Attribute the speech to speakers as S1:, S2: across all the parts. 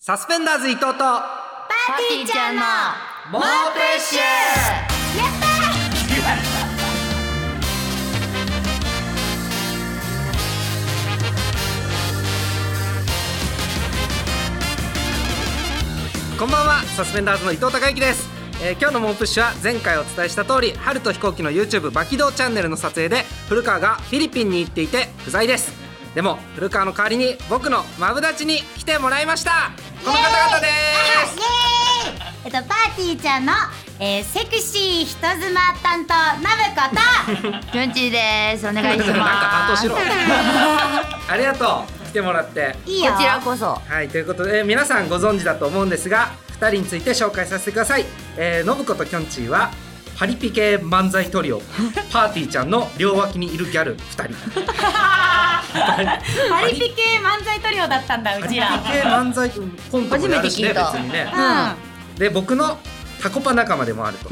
S1: サスペンダーズ伊藤と
S2: パーティーちゃんの
S1: 猛プッシュ
S2: やった
S1: こんばんはサスペンダーズの伊藤孝之です、えー今日の「モープッシュ」は前回お伝えした通り春と飛行機の YouTube バキドーチャンネルの撮影で古川がフィリピンに行っていて不在ですでも古川の代わりに僕のマブダチに来てもらいましたこの方々で
S2: イエーイえっとパーティーちゃんの、えー、セクシー人妻担当ナブこときゅんちーですお願い
S1: すなんか担当しろありがとう来てもらって
S2: いいよ
S3: こちらこそ
S1: はいということで皆さんご存知だと思うんですが2人について紹介させてください、えー、信子ときょんちぃはパリピ系漫才トリオパーティーちゃんの両脇にいるギャル2人
S2: パリピ系漫才トリオだったんだうちら
S1: 系漫才コントもやるしね
S3: 初めて聞いた
S1: 別にね
S2: うんは
S1: で僕のタコパ仲間でもあると。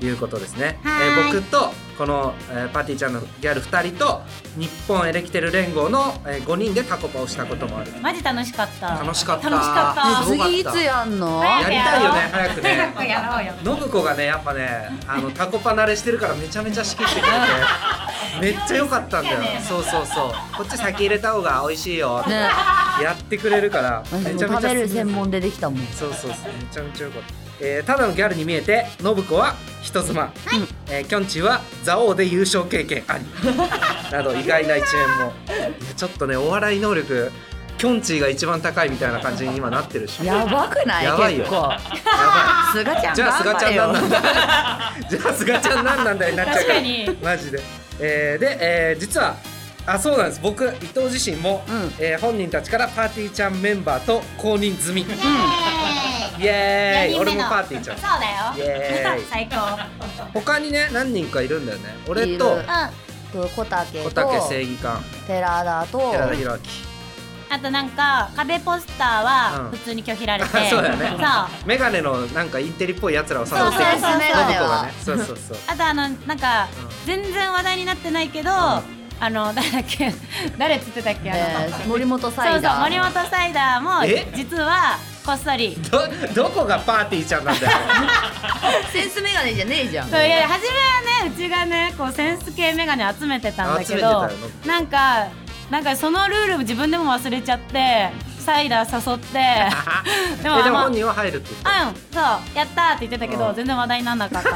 S1: いうことですね、えー
S2: はーい
S1: 僕とこの、えーパーティーちゃんのギャル2人と日本エレキテル連合の、え5人でタコパをしたこともある
S4: マジ楽しかった。
S1: 楽しかった
S4: 楽しかった
S1: あーすごかった
S3: 次いつやんの
S4: 早
S1: や
S4: く
S1: り
S4: や
S1: たい
S4: ろ
S1: よ
S4: う
S1: ね早くね
S2: 早くやろうよ
S1: 信子がねやっぱねあのタコパ慣れしてるからめちゃめちゃ仕切ってくれて めっちゃ良かったんだよそうそうそうこっち先入れた方が美味しいよって
S3: ね
S1: やってくれるから
S3: 私
S1: め
S3: も
S1: ちゃめ
S3: 食
S1: ちゃ
S3: べる専門でできたもん
S1: そうそうそうめちゃめちゃ良かった、えーただのギャルに見えて信子は人妻、えーきょんちぃは蔵王で優勝経験ありなど意外な一面もいやちょっとねお笑い能力きょんちぃが一番高いみたいな感じに今なってるし
S3: やばく
S1: やば
S3: ないい
S1: よ
S3: 結構
S1: やばい
S3: すがちゃん
S1: じゃあす
S3: 頑
S1: がちゃ
S3: 張
S1: ん
S3: れ
S1: なんな
S3: よ
S1: んだじゃあすがちゃんなんなんだよ なっちゃうから
S4: 確かに
S1: マジで、えーで、えー実はあそうなんです僕伊藤自身も、
S3: うん
S1: えー本人たちからパーティーちゃんメンバーと公認済み、イエーイ
S2: 四人目の
S1: 俺もパーティーちゃん
S2: そうだよ
S1: イエ ーイ
S2: 最高
S1: 他にね何人かいるんだよね俺
S3: い
S1: と
S3: る
S2: う
S3: と
S2: ん
S3: 小
S1: 小
S3: 竹と
S1: 竹正義感
S3: 寺田と
S1: 寺田裕
S4: あとなんか壁ポスター
S1: うん
S4: は普通に拒否られて、
S1: 明 そうだよね
S4: そう
S1: メガネのなんかインテリっぽいやつらを誘って
S3: そう
S1: く
S3: そ
S1: る
S3: う
S1: 信
S3: そう
S1: 子
S3: メガネ
S1: が
S3: は
S1: ねそうそうそう
S4: あとあのなんか
S1: う
S4: 全然話題になってないけど、あの誰だっけ誰っつってたっけあの、
S3: えー森本
S4: そう
S3: サ
S4: そう
S3: イダー
S4: 森本サイダーも
S1: え
S4: 実はこっそり
S1: ど どこがパーティーちゃんなんだよ
S3: センスメガネじゃねえじゃん
S4: そういや初めはねうちがねこうセンス系メガネ集めてたんだ
S1: 集
S4: けど
S1: めてた
S4: なんかなんかそのルールを自分でも忘れちゃってサイダー誘っ て
S1: えでも
S4: まあ
S1: 本人は入るって言っ
S4: うん、
S1: た
S4: そう、やったーって言ってたけ
S1: う
S4: ど、
S1: ん
S4: 全然話題にならなかった。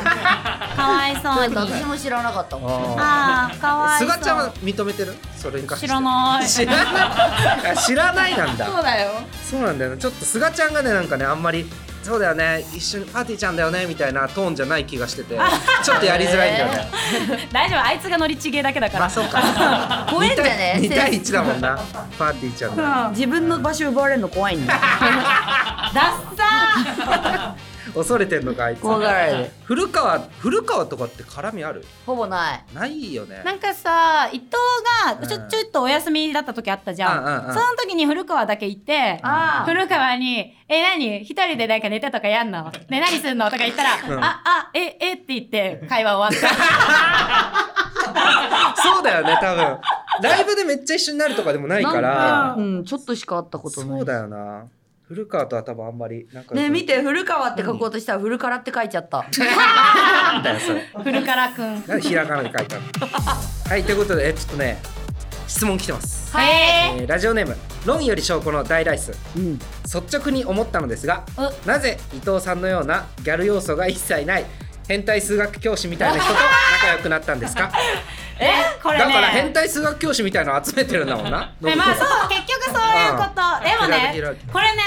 S4: かわいそうに。
S3: 私も知らなかったもん
S1: あー
S4: ああ、かわ
S1: す
S4: いそう。
S1: がちゃんは認めてるそれに関して
S4: 知らない
S1: 知らない あ知らないなんだ
S3: だよ
S1: そうなんだよなちょっとすがちゃんがねなんかねあんまりそうだよね一緒にパーティーちゃんだよねみたいなトーンじゃない気がしててちょっとやりづらいんだよね、
S4: 大丈夫、あいつが乗りちげえだけだから。
S1: まあそう か
S3: ご縁じゃね
S1: 2対1だもんなパーティーちゃんが
S3: 自分の場所奪われるの怖いんだよ
S4: ダッサ
S1: 恐れてんのかあいつ
S3: 怖がられる
S1: 古川古川とかって絡みある
S3: ほぼない
S1: ないよね
S4: ー。なんかさ、伊藤が、ち
S1: うん
S4: ょ、ちょっとお休みだった時あったじゃん。
S1: うんうんうん
S4: その時に古川だけ行って。
S3: あ
S4: 古川に「え何一人でなんかネタとかやんのね何すんの?」とか言ったら「
S1: うん
S4: ああええっ?」て言って会話終わった
S1: そうだよね多分ライブでめっちゃ一緒になるとかでもないから
S3: んかうんちょっとしか会ったことない
S1: そうだよな古川とは多分あんまり仲良く
S3: ねえ見て古川って書こうとしたら古からって書いちゃった
S1: なんだよそれ
S4: 古川くん
S1: なんでひらがなで書いたのはいということでえちょっとね質問来てます、
S4: はい
S1: えーラジオネーム論より証拠の大ライス
S3: うん
S1: 率直に思ったのですが
S4: う
S1: なぜ伊藤さんのようなギャル要素が一切ない変態数学教師みたいな人と仲良くなったんですか
S4: えこれ
S1: だ
S4: ね
S1: から変態数学教師みたいのを集めてるんだもんな
S4: ねまあそう結局そういうことでも
S1: 開ける開け
S4: ね
S1: る
S4: これね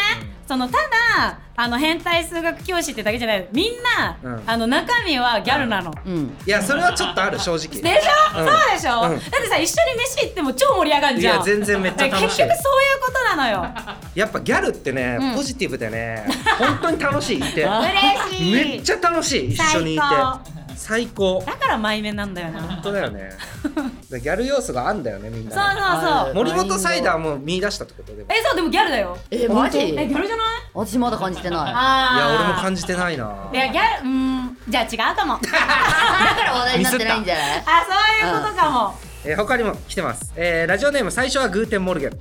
S4: そのただあの変態数学教師ってだけじゃないみんな、
S1: うん
S4: あの中身はギャルなの、
S3: うん
S1: いやそれはちょっとある正 直
S4: でしょ、
S1: うん
S4: そうでしょ、
S1: うん
S4: だってさ一緒に飯行っても超盛り上がる
S1: い
S4: じゃん
S1: や全然めっちゃ
S4: で
S1: 楽
S4: 結
S1: しい
S4: 局そういうことなのよ
S1: やっぱギャルってね、
S4: うん
S1: ポジティブでね本当に楽しい いて
S4: 嬉しい
S1: めっちゃ楽しい一緒にいて最高
S4: だからマイメンなんだよなそう
S1: 本当だよねだからギャル要素があんだよねみんなね
S4: そうそう
S1: 森本サイダーも見出したってことでもい
S4: えそうでもギャルだよ
S3: えマジ
S4: えギャルじゃない
S3: 私まだ感じてな
S4: あ
S1: や
S4: ー
S1: 俺も感じてないない
S4: やギャルうーんじゃあ違う かも
S3: いだから話題になってないんじゃない
S4: あそういうことかも、
S1: えー他にも来てます、えーラジオネーム最初はグーテンモルゲン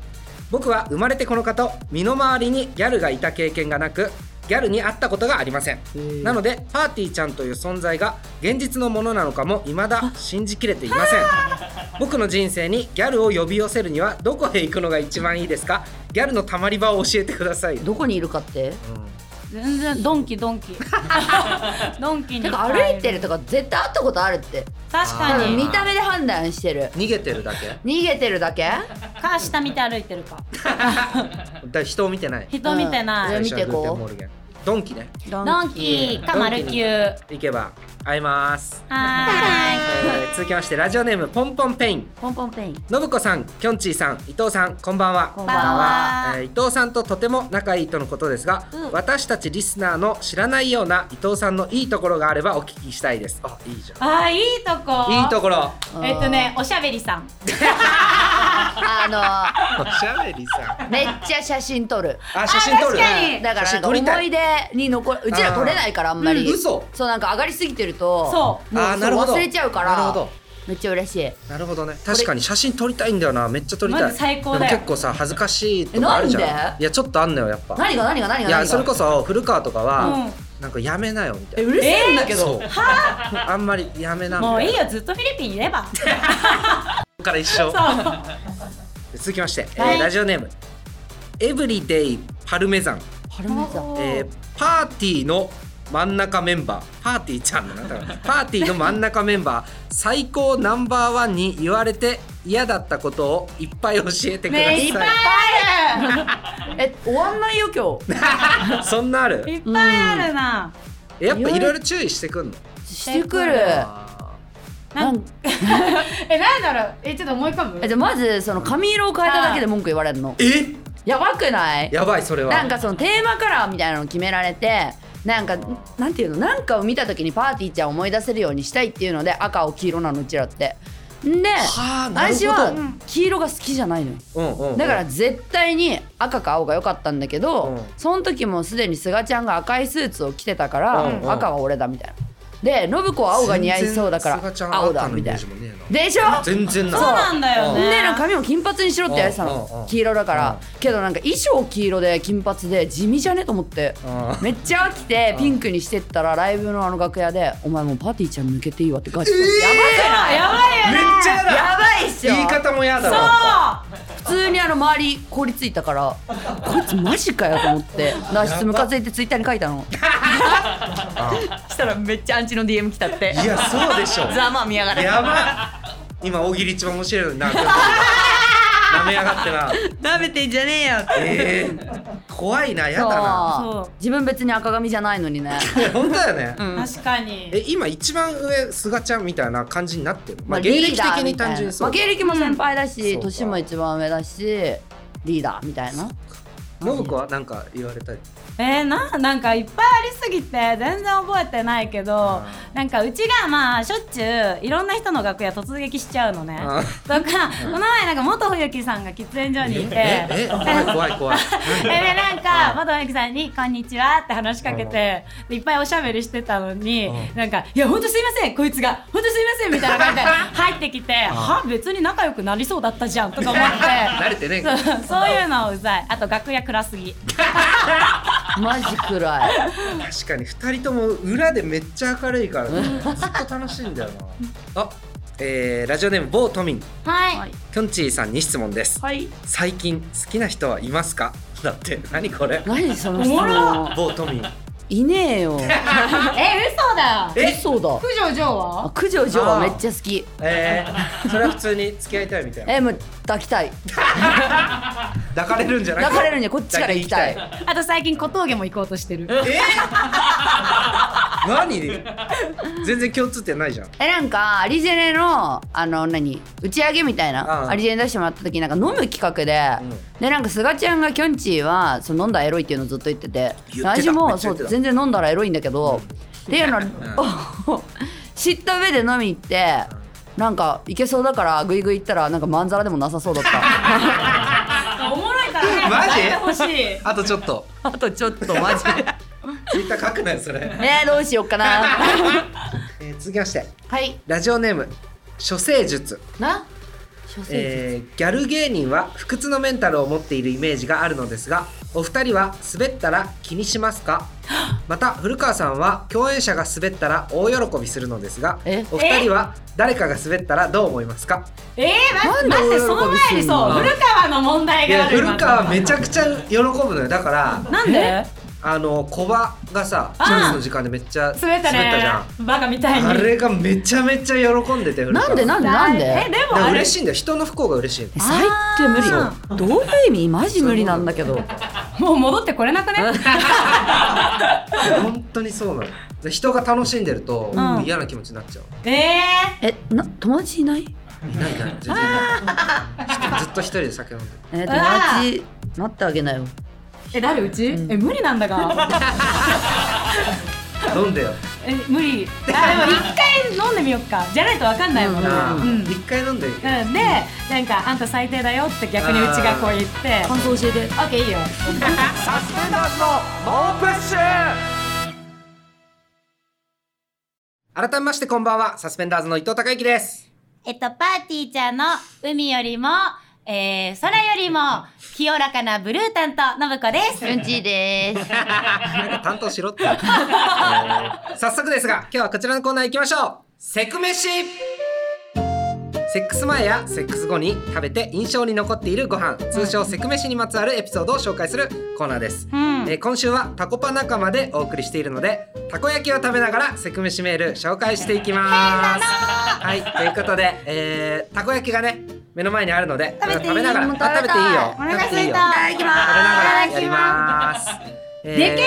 S1: 僕は生まれてこの方身の回りにギャルがいた経験がなくギャルに会ったことがありませんなのでパーティーちゃんという存在が現実のものなのかも未だ信じきれていません僕の人生にギャルを呼び寄せるにはどこへ行くのが一番いいですかギャルのたまり場を教えてください
S3: どこにいるかって
S4: 全然ドンキド ンキドンキに
S3: てか歩いてるとか絶対会ったことあるって
S4: 確
S3: 多
S4: か
S3: 分見
S4: に
S3: た目で判断してる
S1: 逃げてるだけ
S3: 逃げてるだけ
S4: か下見て歩いてるか
S1: だ人を見てない
S4: 人見てない、
S3: うん見て
S1: 最初はグー
S3: こう
S1: テンモルゲンドンキね
S4: ドンキかマルキュー
S1: 行けば会えます、
S4: は
S1: え
S4: ーい
S1: ー続きましてラジオネームポンポンペイン
S3: ポンポンペイン
S1: のぶこさんきょんちぃさん伊藤さんこんばんは
S3: こん
S2: ばんは
S1: えー伊藤さんととても仲いいとのことですが、私たちリスナーの知らないような伊藤さんのいいところがあればお聞きしたいですあいいじゃ
S4: あーいいとこ
S1: んいいところ
S4: えっとねおしゃべりさん
S3: あ
S1: おしゃべりさ
S3: のめっちゃ写真撮る
S1: んあ写真撮る
S4: あ確かに
S3: だから
S1: 写
S3: な
S1: 真
S3: んか
S1: 撮りた
S3: 思
S1: い
S3: い出に残るうちら撮れないからあんまり、
S1: うん嘘
S3: そうなんか上がりすぎてると
S4: そ
S3: もう
S1: あーなるほど
S3: そう忘れちゃうか
S1: なるほ
S3: ら
S1: ど
S3: めっちゃ嬉しい
S1: なるほどね確かに写真撮りたいんだよなめっちゃ撮りた
S4: ま
S1: い
S4: ず最高だよ
S1: でも結構さ恥ずかしいとかあるじ
S3: えなん
S1: ゃん
S3: で
S1: いやちょっとあんのよやっぱ
S3: 何が何が何が何が
S1: いやそれこそ古川とかは、
S4: う
S1: なんかやめなよみた
S3: え
S1: いな
S3: うるせえんだけど、
S1: そうあんまりやめなみた
S4: もういい
S1: な
S4: よずっとフィリピンいればそう
S1: から一生続きまして、えー
S4: はい
S1: ラジオネームエブリデイパルメザン、
S3: パルメザン
S1: えーパーティーの真ん中メンバーパーティーちゃんのなんだろうパーティーの真ん中メンバー最高ナンバーワンに言われて嫌だったことをいっぱい教えてください,、
S4: ねいっぱい
S3: え終わんないよ今日
S1: そんなあ
S4: いっ
S1: る
S4: ぱいあるな、
S1: えやっぱいろいろ注意してくんの
S3: してくる
S1: あ
S3: なん
S4: えなんだろうえちょっと思い浮かぶ
S3: えじゃあまずその髪色を変えただけで文句言われるの
S1: ー
S3: やばくない
S1: えやばいそれは
S3: なんかそのテーマカラーみたいなの決められてなんかなんていうのなんかを見た時にパーティーちゃんを思い出せるようにしたいっていうので赤を黄色なのうちらって。んで
S1: はあなるほど
S3: 私は黄色が好きじゃないのよ。
S1: うんうんうん
S3: だから絶対に赤か青が良かったんだけど、
S1: うん
S3: その時もすでにすがちゃんが赤いスーツを着てたから、
S1: うんうん
S3: 赤は俺だみたいな。で信子は青が似合いそうだから
S1: 全然菅ちゃん
S3: 青だ
S1: 赤のイ
S3: み
S1: メー
S3: たいな
S1: ジ。もねえな
S3: でしょ
S1: 全然ない
S4: そうなんだよね
S3: でなんか髪も金髪にしろってやってた
S1: うんうんう
S3: の
S1: ん
S3: 黄色だから
S1: う
S3: けどなんか衣装黄色で金髪で地味じゃねと思って
S1: うん
S3: めっちゃ飽きてピンクにしてったらライブのあの楽屋で「お前もうパーティーちゃん抜けていいわ」ってガチで、
S4: あやばいよ
S1: めっちゃやだ
S3: やばいやばいっしょ
S1: 言い方もやだ
S4: そう
S1: わ
S3: 普通にあの周り凍りついたからこいつマジかよと思って 脱出ムカついてツイッターに書いたのしたらめっちゃアンチの DM 来たって
S1: いやそうでしょ
S3: ざまあ見やがれ
S1: やばい今大喜利一番面白いのにな舐めやがってな
S3: なめてんじゃねえよって
S1: えー、怖いなやだな
S3: そ
S4: そう
S3: う自分別に赤髪じゃないのにね
S1: いや本当だよね、
S4: 確かに
S1: え今一番上すがちゃんみたいな感じになってる、まあ、芸歴
S3: リー
S1: 的
S3: ダー
S1: に
S3: みたい
S1: 単
S3: な
S1: 純にそう
S3: まあ、芸歴も先輩だし、
S1: うん
S3: 年も一番上だしリーダーみたいな
S1: 信子はなんか言われたり
S4: えー、ななんかいっぱいありすぎて全然覚えてないけどなんかうちがまあしょっちゅういろんな人の楽屋突撃しちゃうのね
S1: あ
S4: とかこの前なんか元冬樹さんが喫煙所にいて
S1: ええ怖い 怖い怖い
S4: でなんか元冬樹さんに「こんにちは」って話しかけてでいっぱいおしゃべりしてたのに
S1: うん
S4: なんか「いやほんとすいませんこいつがほんとすいません」みたいな感じで入ってきて「は別に仲良くなりそうだったじゃん」とか思っ
S1: 慣れてねえ
S4: て
S1: か
S4: そう
S1: ら
S4: そういうのうざいあと楽屋暗すぎ
S3: マジ暗
S1: 確
S3: い
S1: かに2人とも裏でめっちゃ明るいから、ね、ずっと楽しいんだよなあ、えー、ラジオネーム某都民
S2: はい
S1: きょんちぃさんに質問です、
S4: い
S1: 最近好きな人はいますかだって何これ
S3: 何その
S4: お
S3: 質
S4: もろ
S3: 問
S1: 某都民
S3: いねえよ
S4: え嘘だよ
S1: え
S3: 嘘だ
S4: 九条ジョーは
S3: あ九条城はめっちゃ好き
S1: えー、それは普通に付き合いたいみたいな
S3: えもう抱きたい
S1: 抱かれるんじゃなくて
S3: 抱かれるにはこっちから行きたい
S1: 抱
S4: あと最近小峠も行こうとしてる
S1: きたいえー、何全然共通点ないじゃん
S3: えなんかアリジェネのあの何打ち上げみたい
S1: うん
S3: なアリジェネ出してもらった時なんか飲む企画で、でなんかすがちゃんがきょんちぃはその飲んだらエロいっていうのをずっと言ってて
S1: 言ってた
S3: 私
S1: め
S3: も
S1: っちゃ
S3: そ
S1: 言ってた
S3: う全然飲んだらエロいんだけど、っていうのを知った上で飲み行って、なんかいけそうだからグイグイ行ったらなんかまんざらでもなさそうだった
S4: おもろいから早く
S1: マジ
S4: やってほしい
S1: あとちょっと
S3: あとちょっとマジで
S1: ツイッター書くなよそれ、
S3: ね えどうしよっか なは
S1: えー、続きまして
S3: い
S1: ラジオネーム処世術
S3: な
S1: えーギャル芸人は不屈のメンタルを持っているイメージがあるのですがお二人は滑ったら気にします かまた古川さんは共演者が滑ったら大喜びするのですが
S3: え
S1: お二人は誰かが滑ったらどう思いますか
S4: えー、待って
S3: なん
S4: 待っ
S3: で
S4: てその前にそう
S1: 喜びすんの
S4: 古川の問題
S1: い
S4: が
S1: や
S4: ある今
S1: 古川めちゃくちゃ喜ぶのよだから
S4: なんで
S1: あの小バがさチ
S4: あー
S1: ャンスの時間でめっちゃ
S4: 滑った
S1: 滑ったじゃ
S4: ね
S1: ん
S4: バカみたいに
S1: あれがめちゃめちゃ喜んでて古川
S3: なんでなんでなん
S4: えで
S3: で
S1: だ
S4: も
S1: から
S4: あれ
S1: 嬉しいんだよ人の不幸が嬉しい
S3: え最低無理よどういう意味マジ無理なんだけど
S4: もう戻ってこれなくね
S1: の 本当にそうなの人が楽しんでると、
S4: うん
S1: 嫌な気持ちになっちゃう
S4: え
S3: えな友達いない
S1: いないい ない全然いないずっと一人で酒飲んでる
S3: えー友
S4: うわ
S3: 達なってあげなよ
S4: ー、え誰うち、
S3: ん
S4: え無理なんだが
S1: 飲んでよ
S4: え無理あでも一回飲んでみよっかじゃないとわかんないもんね、
S1: なあ
S4: う
S1: 一、
S4: ん
S1: 回飲んでみて
S4: うんでなんか「あんた最低だよ」って逆にうちがこう言って
S3: 感想教えて
S4: 「オッケーいいよ
S1: サスペンダーズの猛プッシュ改めましてこんばんはサスペンダーズの伊藤孝之です
S2: えっと、パーティーちゃんの海よりも、えー、空よりも清らかなブルータンと信子です。うんちです。
S1: 担当しろって えー早速ですが今日はこちらのコーナー行きましょうセク飯セックス前やセックス後に食べて印象に残っているご飯通称セク飯にまつわるエピソードを紹介するコーナーです、
S4: うん
S1: えー今週はタコパ仲間でお送りしているのでたこ焼きを食べながらセク飯メール紹介していきますはいということで、えーたこ焼きがね目の前にあるので
S2: 食べていい
S1: ながらあ食べていいよ
S2: お腹空いた
S1: 食べてよ
S2: いただ
S1: 食べな
S2: きます
S1: がらやりますえー
S4: で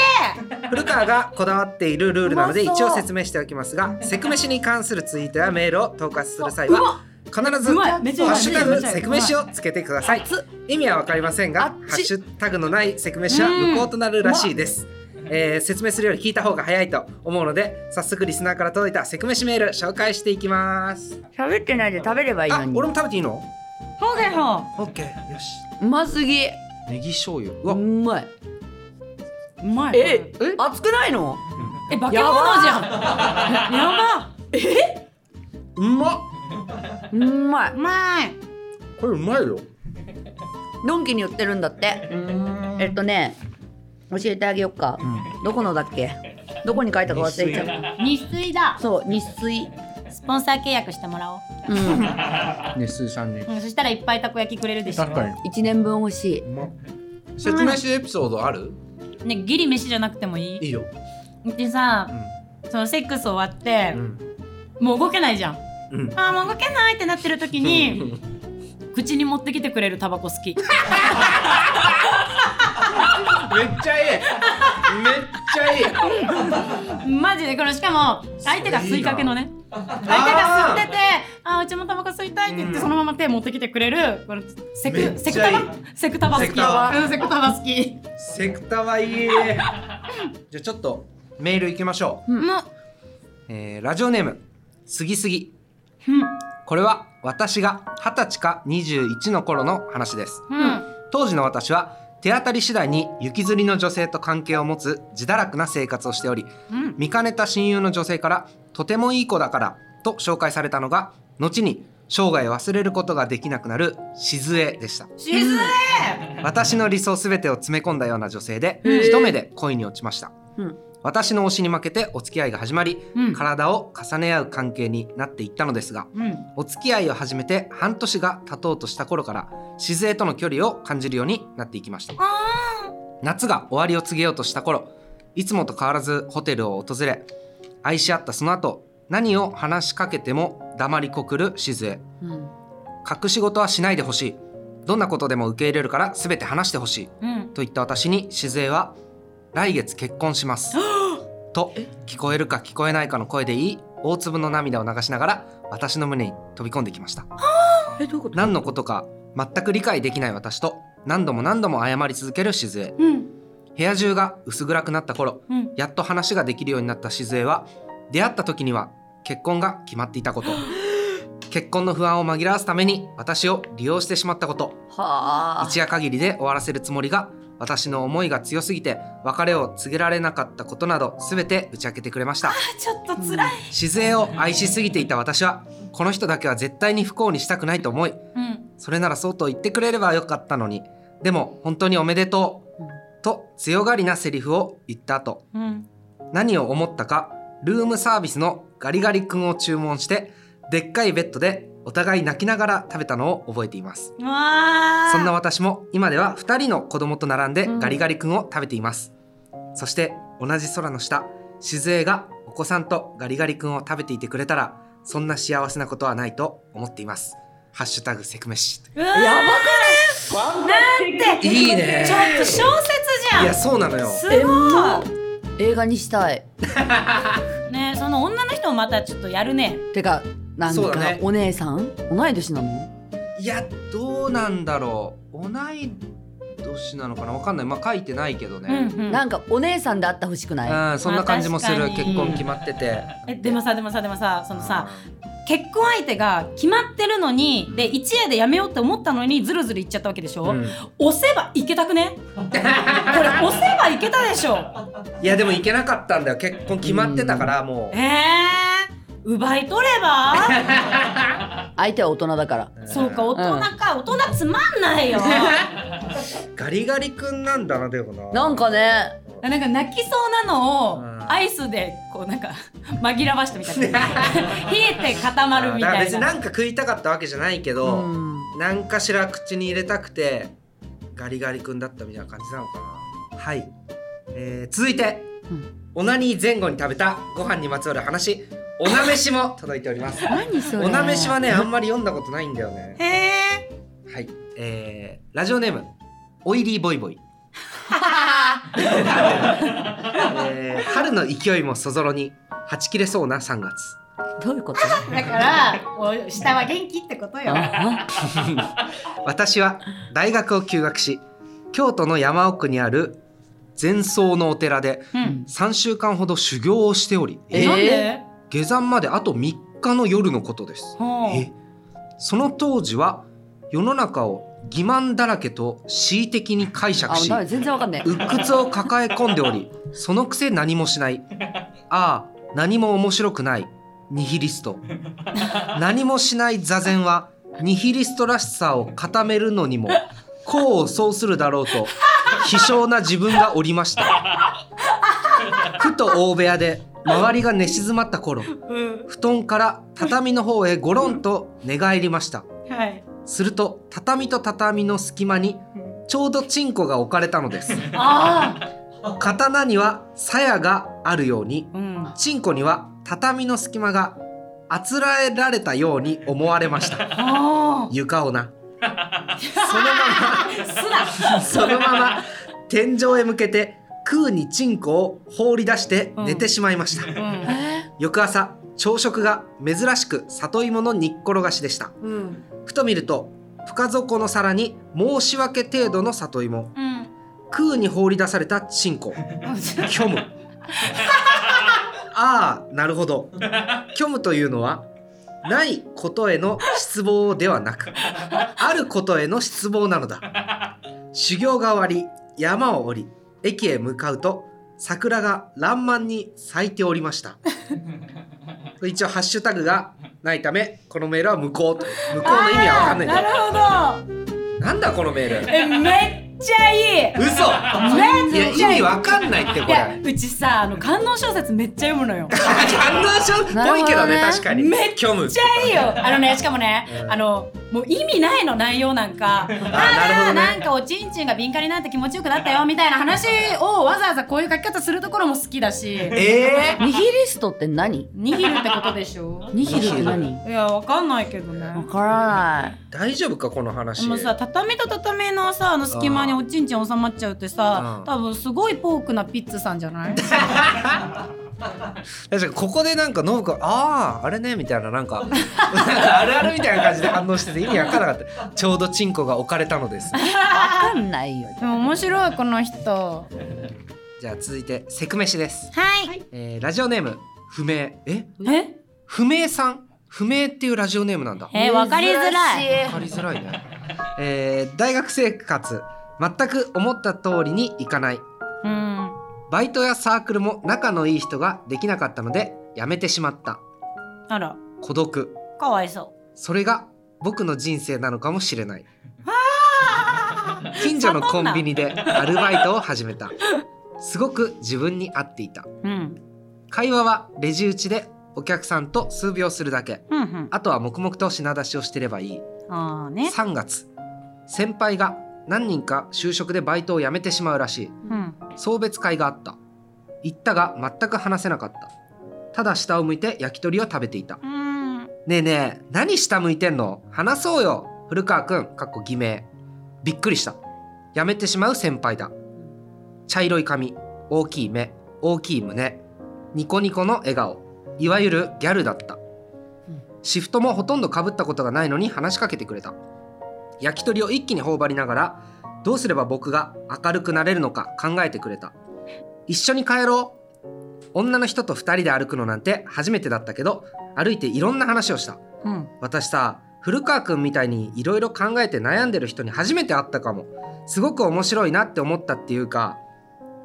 S4: け
S1: 古川がこだわっているルールなので
S4: うま
S1: 一
S4: そう
S1: 応説明しておきますがセクメシに関するツイートやメールを統括する際は必ず「
S4: う
S1: ハ
S4: まいめっちゃうまい
S1: ッシュタ
S4: めっ
S1: グ
S4: ちゃうまい
S1: セクメシ」をつけてください意味はわかりませんが
S3: あ
S1: ハ
S3: っち
S1: ッシュタグのないセクメシは無効となるらしいですえー説明するより聞いた方が早いと思うので早速リスナーから届いたセクメシメール紹介していきます
S3: 喋ってないで食べればいい
S1: あ
S3: のに
S1: 俺も食べていいの
S4: そうだよ
S1: ?OK よし
S3: うますぎ
S1: ネギ醤油う
S3: う
S1: わ
S3: まいう
S4: まい
S3: え熱くないの
S4: え 化け物じゃんやば
S1: うまっ
S3: うまいう
S4: まい
S1: これうまいよ
S3: ドンキに売ってるんだってえっとね教えてあげよっか、どこのだっけどこに書いたか忘れちゃ
S2: 日水だ
S3: う。そう日水
S2: スポンサー契約してもらおう。
S3: うん
S1: ねすいさんに
S2: うん、そしたらいっぱいたこ焼きくれるでしょ。
S1: かに
S3: 1年分欲しいう
S1: まっセクメシエピソードある
S4: ねギリ飯じゃなくてもいい
S1: いいよ
S4: でさ
S1: うん
S4: そのセックス終わって
S1: う、ん
S4: もう動けないじゃん
S1: うん
S4: あーもう動けないってなってる時に 口に持ってきてくれるタバコ好き
S1: めっちゃいい。めっちゃいい。
S4: マジでこれしかも相手が吸いかけのね相手が吸ってて「あーうちもタバコ吸いたい」って言って
S1: うん
S4: そのまま手持ってきてくれるこのセ
S1: め
S4: ク
S1: っちゃ
S4: セクタ
S1: いい
S4: バセクタバ好
S1: セ
S4: き
S1: クタバ
S4: うんセクタバ好き
S1: セクタはいい。じゃあちょっとメール行きましょう。
S4: もう
S1: えーラジオネームすぎすぎ。
S4: うん
S1: これは私が二十歳か二十一の頃の話です。
S4: うん
S1: 当時の私は手当たり次第に雪吊りの女性と関係を持つ自堕落な生活をしており、
S4: うん
S1: 見かねた親友の女性から「とてもいい子だから」と紹介されたのが後に生涯忘れることができなくなる静江でした
S4: 静
S1: 私の理想すべてを詰め込んだような女性で
S3: へー
S1: 一目で恋に落ちました、
S3: うん
S1: 私の推しに負けてお付き合いが始まり、
S4: うん
S1: 体を重ね合う関係になっていったのですが
S4: うん
S1: お付き合いを始めて半年が経とうとした頃から静江との距離を感じるようになっていきました夏が終わりを告げようとした頃いつもと変わらずホテルを訪れ愛し合ったその後何を話しかけても黙りこくる静江
S3: うん
S1: 隠し事はしないでほしいどんなことでも受け入れるから全て話してほしい
S4: うん
S1: と言った私に静江は「来月結婚します」と聞こえるか聞こえないかの声でいい大粒の涙を流しながら私の胸に飛び込んできました
S3: えどういうこと
S1: 何のことか全く理解できない私と何度も何度も謝り続ける静江
S4: うん
S1: 部屋中が薄暗くなった頃
S4: うん
S1: やっと話ができるようになった静江は出会った時には結婚が決まっていたこと結婚の不安を紛らわすために私を利用してしまったこと
S3: はあ
S1: 一夜限りで終わらせるつもりが私の思いが強すぎて別れを告げられなかったことなど全て打ち明けてくれました
S4: ちょっと辛い
S1: 静江を愛しすぎていた私はこの人だけは絶対に不幸にしたくないと思い
S4: うん
S1: それならそうと言ってくれればよかったのにでも本当におめでとう、と強がりなセリフを言った後
S4: うん
S1: 何を思ったかルームサービスのガリガリ君を注文してでっかいベッドでお互い泣きながら食べたのを覚えています
S4: うわー
S1: そんな私も今では2人の子供と並んでガリガリ君を食べています、そして同じ空の下静江がお子さんとガリガリ君を食べていてくれたらそんな幸せなことはないと思っていますハッシュタグセクメシ
S4: うわーやなんて
S1: いいね
S4: ちょっと小説じゃん
S1: いやそうなのよ
S4: すご
S3: 映画にしたい
S4: いねえその女の人もまたちょっとやるね
S3: てかなん
S1: そう
S3: か、
S1: だね
S3: お姉さん同い年なの
S1: いやどうなんだろう同い年なのかなわかんないまあ書いてないけど
S4: うん
S1: ね、
S4: うん
S3: なんかお姉さんであってほしくない、
S1: うん、そんな感じもす
S4: ま
S1: る
S4: あ確かに
S1: 結婚決まってて
S4: えでもさでもさでもさそのさ結婚相手が決まってるのにで一夜でやめようって思ったのにずるずるいっちゃったわけでしょ、
S1: うん
S4: 押せばいけたくねこれ押せばいけたでしょ
S1: いやでも行けなかったんだよ結婚決まってたからも
S4: えー、奪い取れば
S3: 相手は大人だから
S1: う、
S4: そうか大人か、大人つまんない よ
S1: ガリガリ君なんだなでもな
S3: なんかね
S4: なんか泣きそうなのを
S1: うん
S4: アイスでこうなんか紛らわしたみたいな 冷えて固まるみ
S1: だから
S4: たい
S1: 別に
S4: な
S1: なんか食いたかったわけじゃないけど、
S3: うん
S1: なんかしら口に入れたくてガリガリ君だったみたいな感じなのかなはい、えー、続いて、
S3: うん
S1: オナニー前後に食べたご飯にまつわる話おなめしも届いております
S3: 何それ
S1: おなめ しはねあんまり読んだことないんだよね
S4: へえ
S1: はいえー、ラジオネームオイリーボイボイ、えー、春の勢いもそぞろにはち切れそうな3月
S3: どういうこと
S2: だからお下は元気ってことよ
S3: あ
S1: 私は大学を休学し京都の山奥にある禅僧のお寺で
S4: うん
S1: 3週間ほど修行をしており、
S3: えー
S4: なんで
S1: 下山まであと3日の夜のことです、
S4: ほう
S1: えその当時は世の中を欺瞞だらけと恣意的に解釈
S3: あ
S1: し
S3: ダメ全然わかんねえ
S1: 鬱屈を抱え込んでおりそのくせ何もしないああ何も面白くないニヒリスト何もしない座禅はニヒリストらしさを固めるのにも功を奏するだろうと悲傷な自分がおりましたふと大部屋で周りが寝静まった頃
S4: うん
S1: 布団から畳の方へゴロンと寝返りました
S4: はい
S1: すると畳と畳の隙間にちょうどチンコが置かれたのです
S4: あ
S1: 刀には鞘があるように
S4: あうん
S1: チンコには畳の隙間があつらえられたように思われました
S4: あ
S1: 床をなそ
S4: あす
S1: のままその
S4: な
S1: まま天井へ向けて空にチンコを放り出して寝てしまいました、
S4: うん
S3: え
S1: 翌朝朝食が珍しく里芋の煮っころがしでした
S3: うん
S1: ふと見ると深底の皿に申し訳程度の里芋
S4: うん
S1: 空に放り出されたチンコ虚無ああなるほど虚無というのはないことへの失望ではなくあることへの失望なのだ修行が終わり山を降り駅へ向かうと桜が爛漫に咲いておりました一応ハッシュタグがないためこのメールは無効と無効の意味は分かんないん
S4: なる
S1: だ
S4: ほど
S1: なんだこのメール
S4: えめっちゃいい
S1: 嘘
S4: めっ
S1: いや
S4: ちゃ
S1: 意
S4: いい
S1: 味わかんないってこ
S4: いや
S1: れ
S4: うちさあの観音小説めっちゃ読むのよめっ
S1: 観音書っぽいけどね
S3: なるほどね
S1: 確かに
S4: めっ
S1: 虚無
S4: ちゃいいよあのねしかもね、
S1: うん
S4: あのもう意味ないの内容なんかた
S1: なるほど
S4: だ
S1: ね
S4: なんかおちんちんが敏感になって気持ちよくなったよみたいな話をわざわざこういう書き方するところも好きだし
S1: ええ
S3: ニヒリストって何
S4: 握るってことでしょ
S3: ニヒルって何
S4: いやわかんないけどね
S3: わからない
S1: 大丈夫かこの
S4: で
S1: 話
S4: もさ畳と畳のさあの隙間におちんちん収まっちゃうってさ
S1: うん
S4: 多分すごいポークなピッツさんじ ゃない
S1: 確かにここでなんかノブ君あああれねみたいな なんかなんかあるあるみたいな感じで反応してて意味わからなかったちょうどチンコが置かれたのです
S3: わかんないよ
S4: でも面白いこの人は
S1: じゃあ続いてセクメシです、
S4: い、
S1: えー、ラジオネーム不明え
S4: え
S1: 不明さん不明っていうラジオネームなんだ
S4: えー、わかりづらい。
S1: わかりづらいね、えー、大学生活全く思った通りにいかない
S4: うん。
S1: バイトやサークルも仲のいい人ができなかったので辞めてしまった
S4: あら、
S1: 孤独
S4: かわいそ
S1: それが僕の人生なのかもしれない近所のコンビニでアルバイトを始めたすごく自分に合っていた
S4: うん
S1: 会話はレジ打ちでお客さんと数秒するだけ
S4: うんうん
S1: あとは黙々と品出しをしてればいい
S4: ああね
S1: 3月先輩が何人か就職でバイトを辞めてしまうらしい
S4: うん
S1: 送別会があった行ったが全く話せなかったただ下を向いて焼き鳥を食べていた
S4: うん
S1: ねえねえ何下向いてんの話そうよ古川くんかっこ偽名びっくりしたやめてしまう先輩だ茶色い髪大きい目大きい胸ニコニコの笑顔いわゆるギャルだったシフトもほとんどかぶったことがないのに話しかけてくれた焼き鳥を一気に頬張りながらどうすれば僕が明るくなれるのか考えてくれた一緒に帰ろう女の人と2人で歩くのなんて初めてだったけど歩いていろんな話をした
S4: うん
S1: 私さ古川君みたいにいろいろ考えて悩んでる人に初めて会ったかもすごく面白いなって思ったっていうか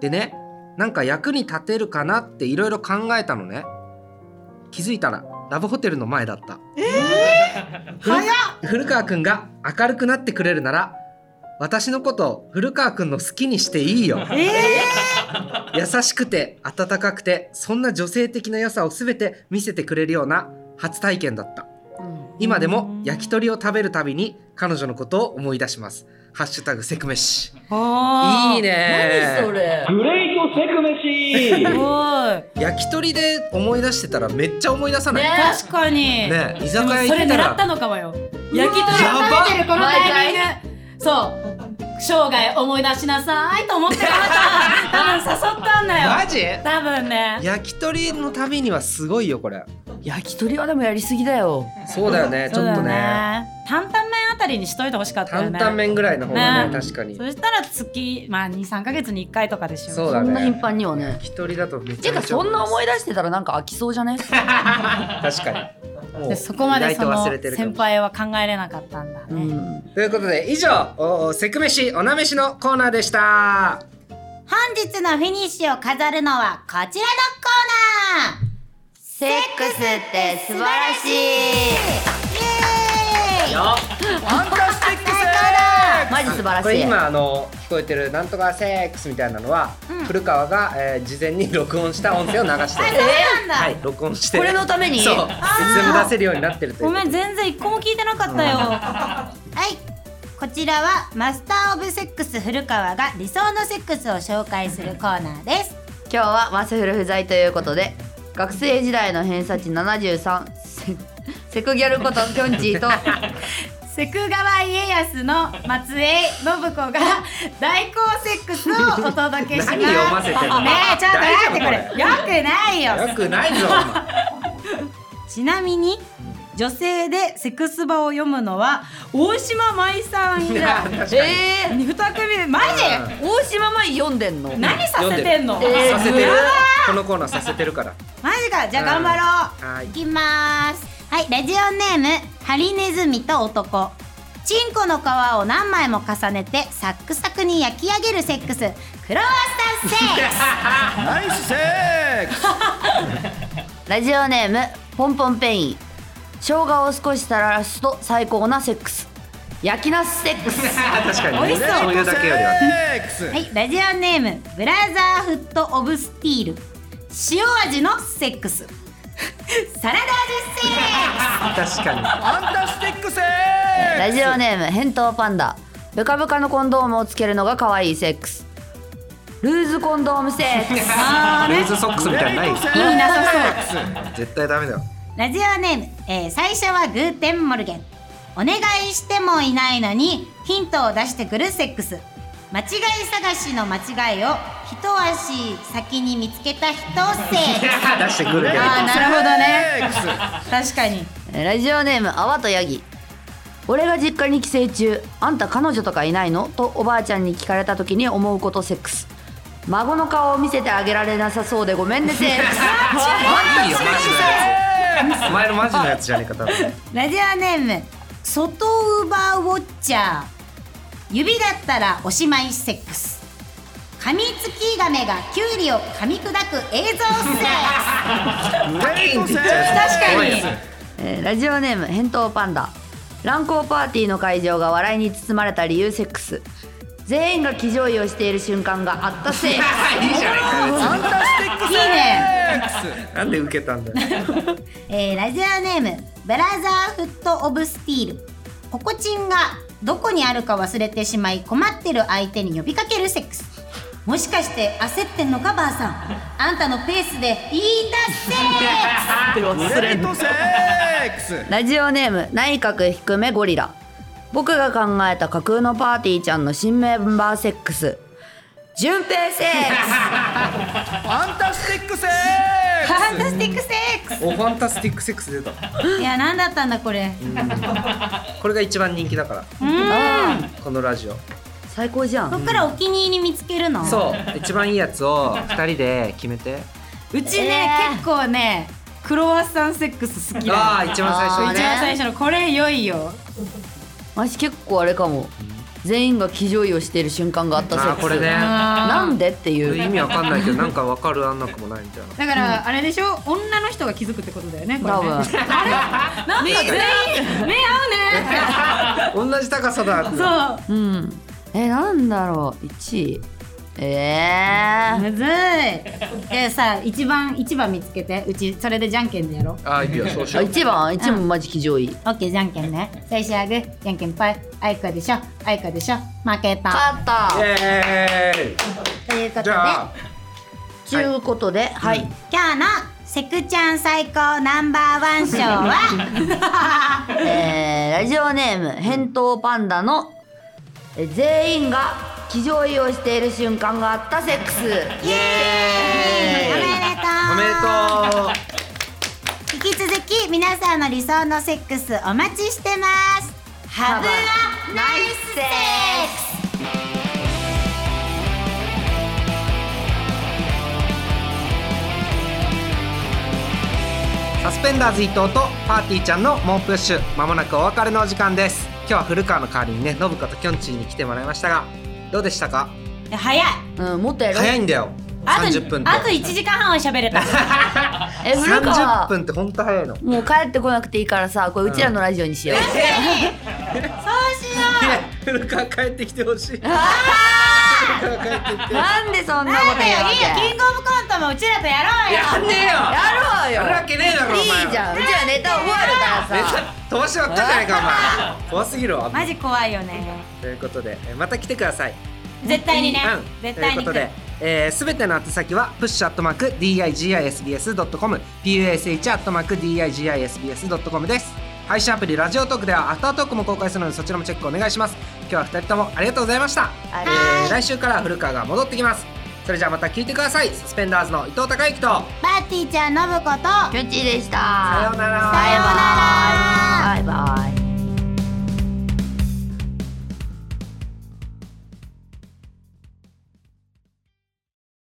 S1: でねなんか役に立てるかなっていろいろ考えたのね気づいたらラブホテルの前だった古古川君が明るくなってくれるなら私のこと古川君の好きにして いいよ優しくて温かくてそんな女性的な良さを全て見せてくれるような初体験だった今でも焼き鳥を食べるたびに彼女のことを思い出しますハッシュタグセクメシ
S4: おー
S1: いいね
S3: 何それ
S5: グレイトセクメシ
S4: すごい
S1: 焼き鳥で思い出してたらめっちゃ思い出さない
S3: ね
S4: 確かに
S1: ね居
S4: で
S1: 酒
S4: も
S1: 屋
S4: そ
S1: 行
S4: れ
S1: った
S4: 狙っ
S1: ら
S4: たのかもよ焼き鳥を
S1: やばっ
S4: 食べてるこのタイミングそう生涯思い出しなさいと思って るあなた多分誘ったんだよ
S1: マジ
S4: 多分ね
S1: 焼き鳥のたびにはすごいよこれ
S3: 焼き鳥はでもやりすぎだよ
S1: そうだよねちょっと
S4: そう
S1: ね
S4: だよね担々麺あたりにしといてほしかったよ
S1: 担
S4: ね
S1: 々麺ぐらいの方がね
S4: ね
S1: 確かに
S4: そしたら月まあ23か月に1回とかでしょ
S1: そう
S4: う
S1: だ
S3: そんな頻
S1: ね
S3: 繁にはね
S1: 焼き鳥だとめ
S3: て
S1: ち
S3: いう
S1: ゃ
S3: か
S1: めちゃ
S3: そ
S1: 思い
S3: ん
S1: 出
S3: な
S1: す
S3: 思い出してたらなんか飽きそうじゃね
S1: 確かにもう
S4: でそこまで
S1: 意
S4: そ
S1: 外と
S4: の
S1: 忘れてるかも
S4: 先輩は考えれなかったんだ
S3: う
S4: ね、
S3: ん
S1: ということで以上おーセクメシおなめしのコーナーでした
S2: 本日のフィニッシュを飾るのはこちらのコーナーセックスって素晴らしいイエーイ
S3: マジ素晴らしい
S1: これ今あの聞こえてるなんとかセックスみたいなのは、古川が、えー事前に録音した音声を流してる
S2: そうなんだ、
S1: はい録音して
S3: これのために
S1: そういつでも出せるようになってるという
S4: ごめん全然一個も聞いてなかったよ、
S2: はい。こちらはマスターオブセックス古川が理想のセックスを紹介するコーナーです。
S6: 今日はマセフル不在ということで学生時代の偏差値73セセクギャルこときょんちぃと
S4: セク川家康の松江信子が大好セックスをお届けします。
S1: 何読ませてんの
S4: ねえちょっと待ってこれ
S1: 大
S4: よくないよ。
S1: よくないぞお前
S4: ちなみに女性でセクス場を読むのは大島舞さん以 来
S1: 確かに
S3: えー、
S4: 二組目マジ？
S3: 大島舞読んでんの
S4: 何させてんの？
S1: 読でるさせて
S4: や
S1: る
S4: ばい
S1: このコーナーさせてるから
S4: マジかじゃあ頑張ろう。
S1: はい
S2: いきます。はい、ラジオネームハリネズミと男。チンコの皮を何枚も重ねてサックサクに焼き上げるセックス。クロワッサンセックス。
S7: ナイスセックス
S6: ラジオネームポンポンペイン生姜を少し垂らすと最高なセックス焼きなすセックス
S1: 確かに
S4: 美味しそう
S1: そういうだけよりは
S7: セックス
S2: はい、ラジオネームブラザーフットオブスティール。塩味のセッ クス。サラダ味セックス。
S1: 確かに
S7: ファンタスティックセックス
S6: ラジオネーム返答パンダブカブカのコンドームをつけるのが可愛いセックスルーズコンドームセックス
S1: レーズソックスみたいなのない
S7: セックス
S1: 絶対ダメだよ
S2: ラジオネーム、えー最初はグーテンモルゲン。お願いしてもいないのにヒントを出してくるセックス。間違い探しの間違いを一足先に見つけた人
S1: 出
S2: セック
S1: してくるけど
S4: あーなるほどね。確かに。
S6: ラジオネーム泡とヤギ俺が実家に帰省中あんた彼女とかいないのとおばあちゃんに聞かれた時に思うことセックス孫の顔を見せてあげられなさそうでごめんねセックス
S1: いいよマジのやつお前のマジのやつじゃねえか多分
S2: ス。ラジオネーム、外ウバーウォッチャー。指だったらおしまいセックス。カミツキガメがキュウリを噛み砕く映像セック
S1: 確
S4: 確
S2: ス。
S4: かに。
S6: えーラジオネーム返答パンダ
S3: 乱交パーティーの会場が笑いに包まれた理由セックス全員が気乗位をしている瞬間があったせい
S1: いいじゃない
S8: アンタスティック
S2: いいね、
S8: セックス
S1: かなんで受けたんだよ
S2: えー、ラジオネームブラザーフット・オブ・スティールココチンがどこにあるか忘れてしまい困ってる相手に呼びかけるセックスもしかして焦ってんのかばあさんあんたのペースで言い出 せ
S8: セレットセックス
S3: ラジオネーム内閣低めゴリラ僕が考えた架空のパーティーちゃんの新メンバーセックス順平セッ
S8: アンタスティックセ
S2: フ
S8: ッ
S2: ァンタスティックセック
S1: おファンタスティックセックス出た
S2: スいや何だったんだこれ
S1: これが一番人気だからこのラジオ
S3: クス最高じゃ
S2: こ
S3: ん
S2: っからお気に入り見つけるの
S1: そう一番いいやつを二人で決めて
S4: うちね、
S3: えー
S4: 結構ねクロワッサンセックス好きだ
S1: ああ一番最
S3: あ
S1: 初
S3: ー
S4: 一番最初のこれ良いよ
S3: わし結構あれかも全員が気乗位をしている瞬間があったセッ
S1: あ
S3: ク
S1: ー
S3: ス
S1: これね
S3: なんでって
S1: こ
S3: い
S1: れ意
S3: う
S1: 味わかんないけどなんかわかるあんなくもないみたいな
S4: だから、あれでしょ女の人が気づくってことだよねこれね
S3: 多分
S4: なんか全員 目合
S1: 同じ高さだって
S4: うね
S3: うんえなんだろう1位えー
S2: むずいえさ一番一番見つけてうちそれでじゃんけんでやろう
S1: あいいよそうし
S3: あ
S1: よう
S3: 一番一番マジ気乗位
S2: オッケーじゃんけんね最初はグーじゃんけんぽいあいこでしょあいこでしょ負けた
S3: 勝った
S1: イエーイ
S2: ということで
S1: じゃあ
S3: ちゅうことではい、
S2: 今日のセクちゃん最高ナンバーワン賞 は
S3: えーラジオネーム返答パンダのえー全員が気乗位をしている瞬間があったセックス
S2: イエーイおめでとう
S1: おめでとう
S2: 引き続き皆さんの理想のセックスお待ちしてますハブはナイスセックス
S1: サスペンダーズ伊藤とパーティーちゃんの猛プッシュまもなくお別れのお時間です今日は古川の代わりにね信子ときょんちぃに来てもらいましたがどうでしたか
S4: え早い
S3: うんもっとやろう
S1: 早いんだよ
S4: あと
S1: 30分って
S4: あと1時間半は喋 れた
S3: え古
S1: 30
S3: 川
S1: 分ってほんと早いの
S3: もう帰ってこなくていいからさこれうちらのラジオにしよう、
S1: いや古川帰ってきてほしい古川帰ってきて
S3: なんでそんなこと言うわけ
S4: キングオブコントもうちらとやろうよ
S1: やんねえよ
S3: や
S1: や
S3: ろう
S1: るわ
S3: よ
S1: けねえだろお前
S3: いいじゃんうちらネタ覚えるからさ
S1: 飛ばしばっかじゃないかお前怖すぎるわ
S4: マジ怖いよね
S1: ということでえまた来てください
S4: 絶対にね
S1: うん、
S4: 絶対
S1: と
S4: に
S1: いうことで、えー、全ての宛先は push.digisbs.com push.digisbs.com です配信アプリラジオトークではアフタートークも公開するのでそちらもチェックお願いします今日は2人ともありがとうございました、
S3: あ
S1: え
S3: り
S1: ー、来週から古川が戻ってきますそれじゃあまた聞いてくださいサスペンダーズの伊藤孝之とさよ
S2: バーティーちゃん信子と
S3: キョンチーでした
S1: うなら
S3: バイバイバイバイ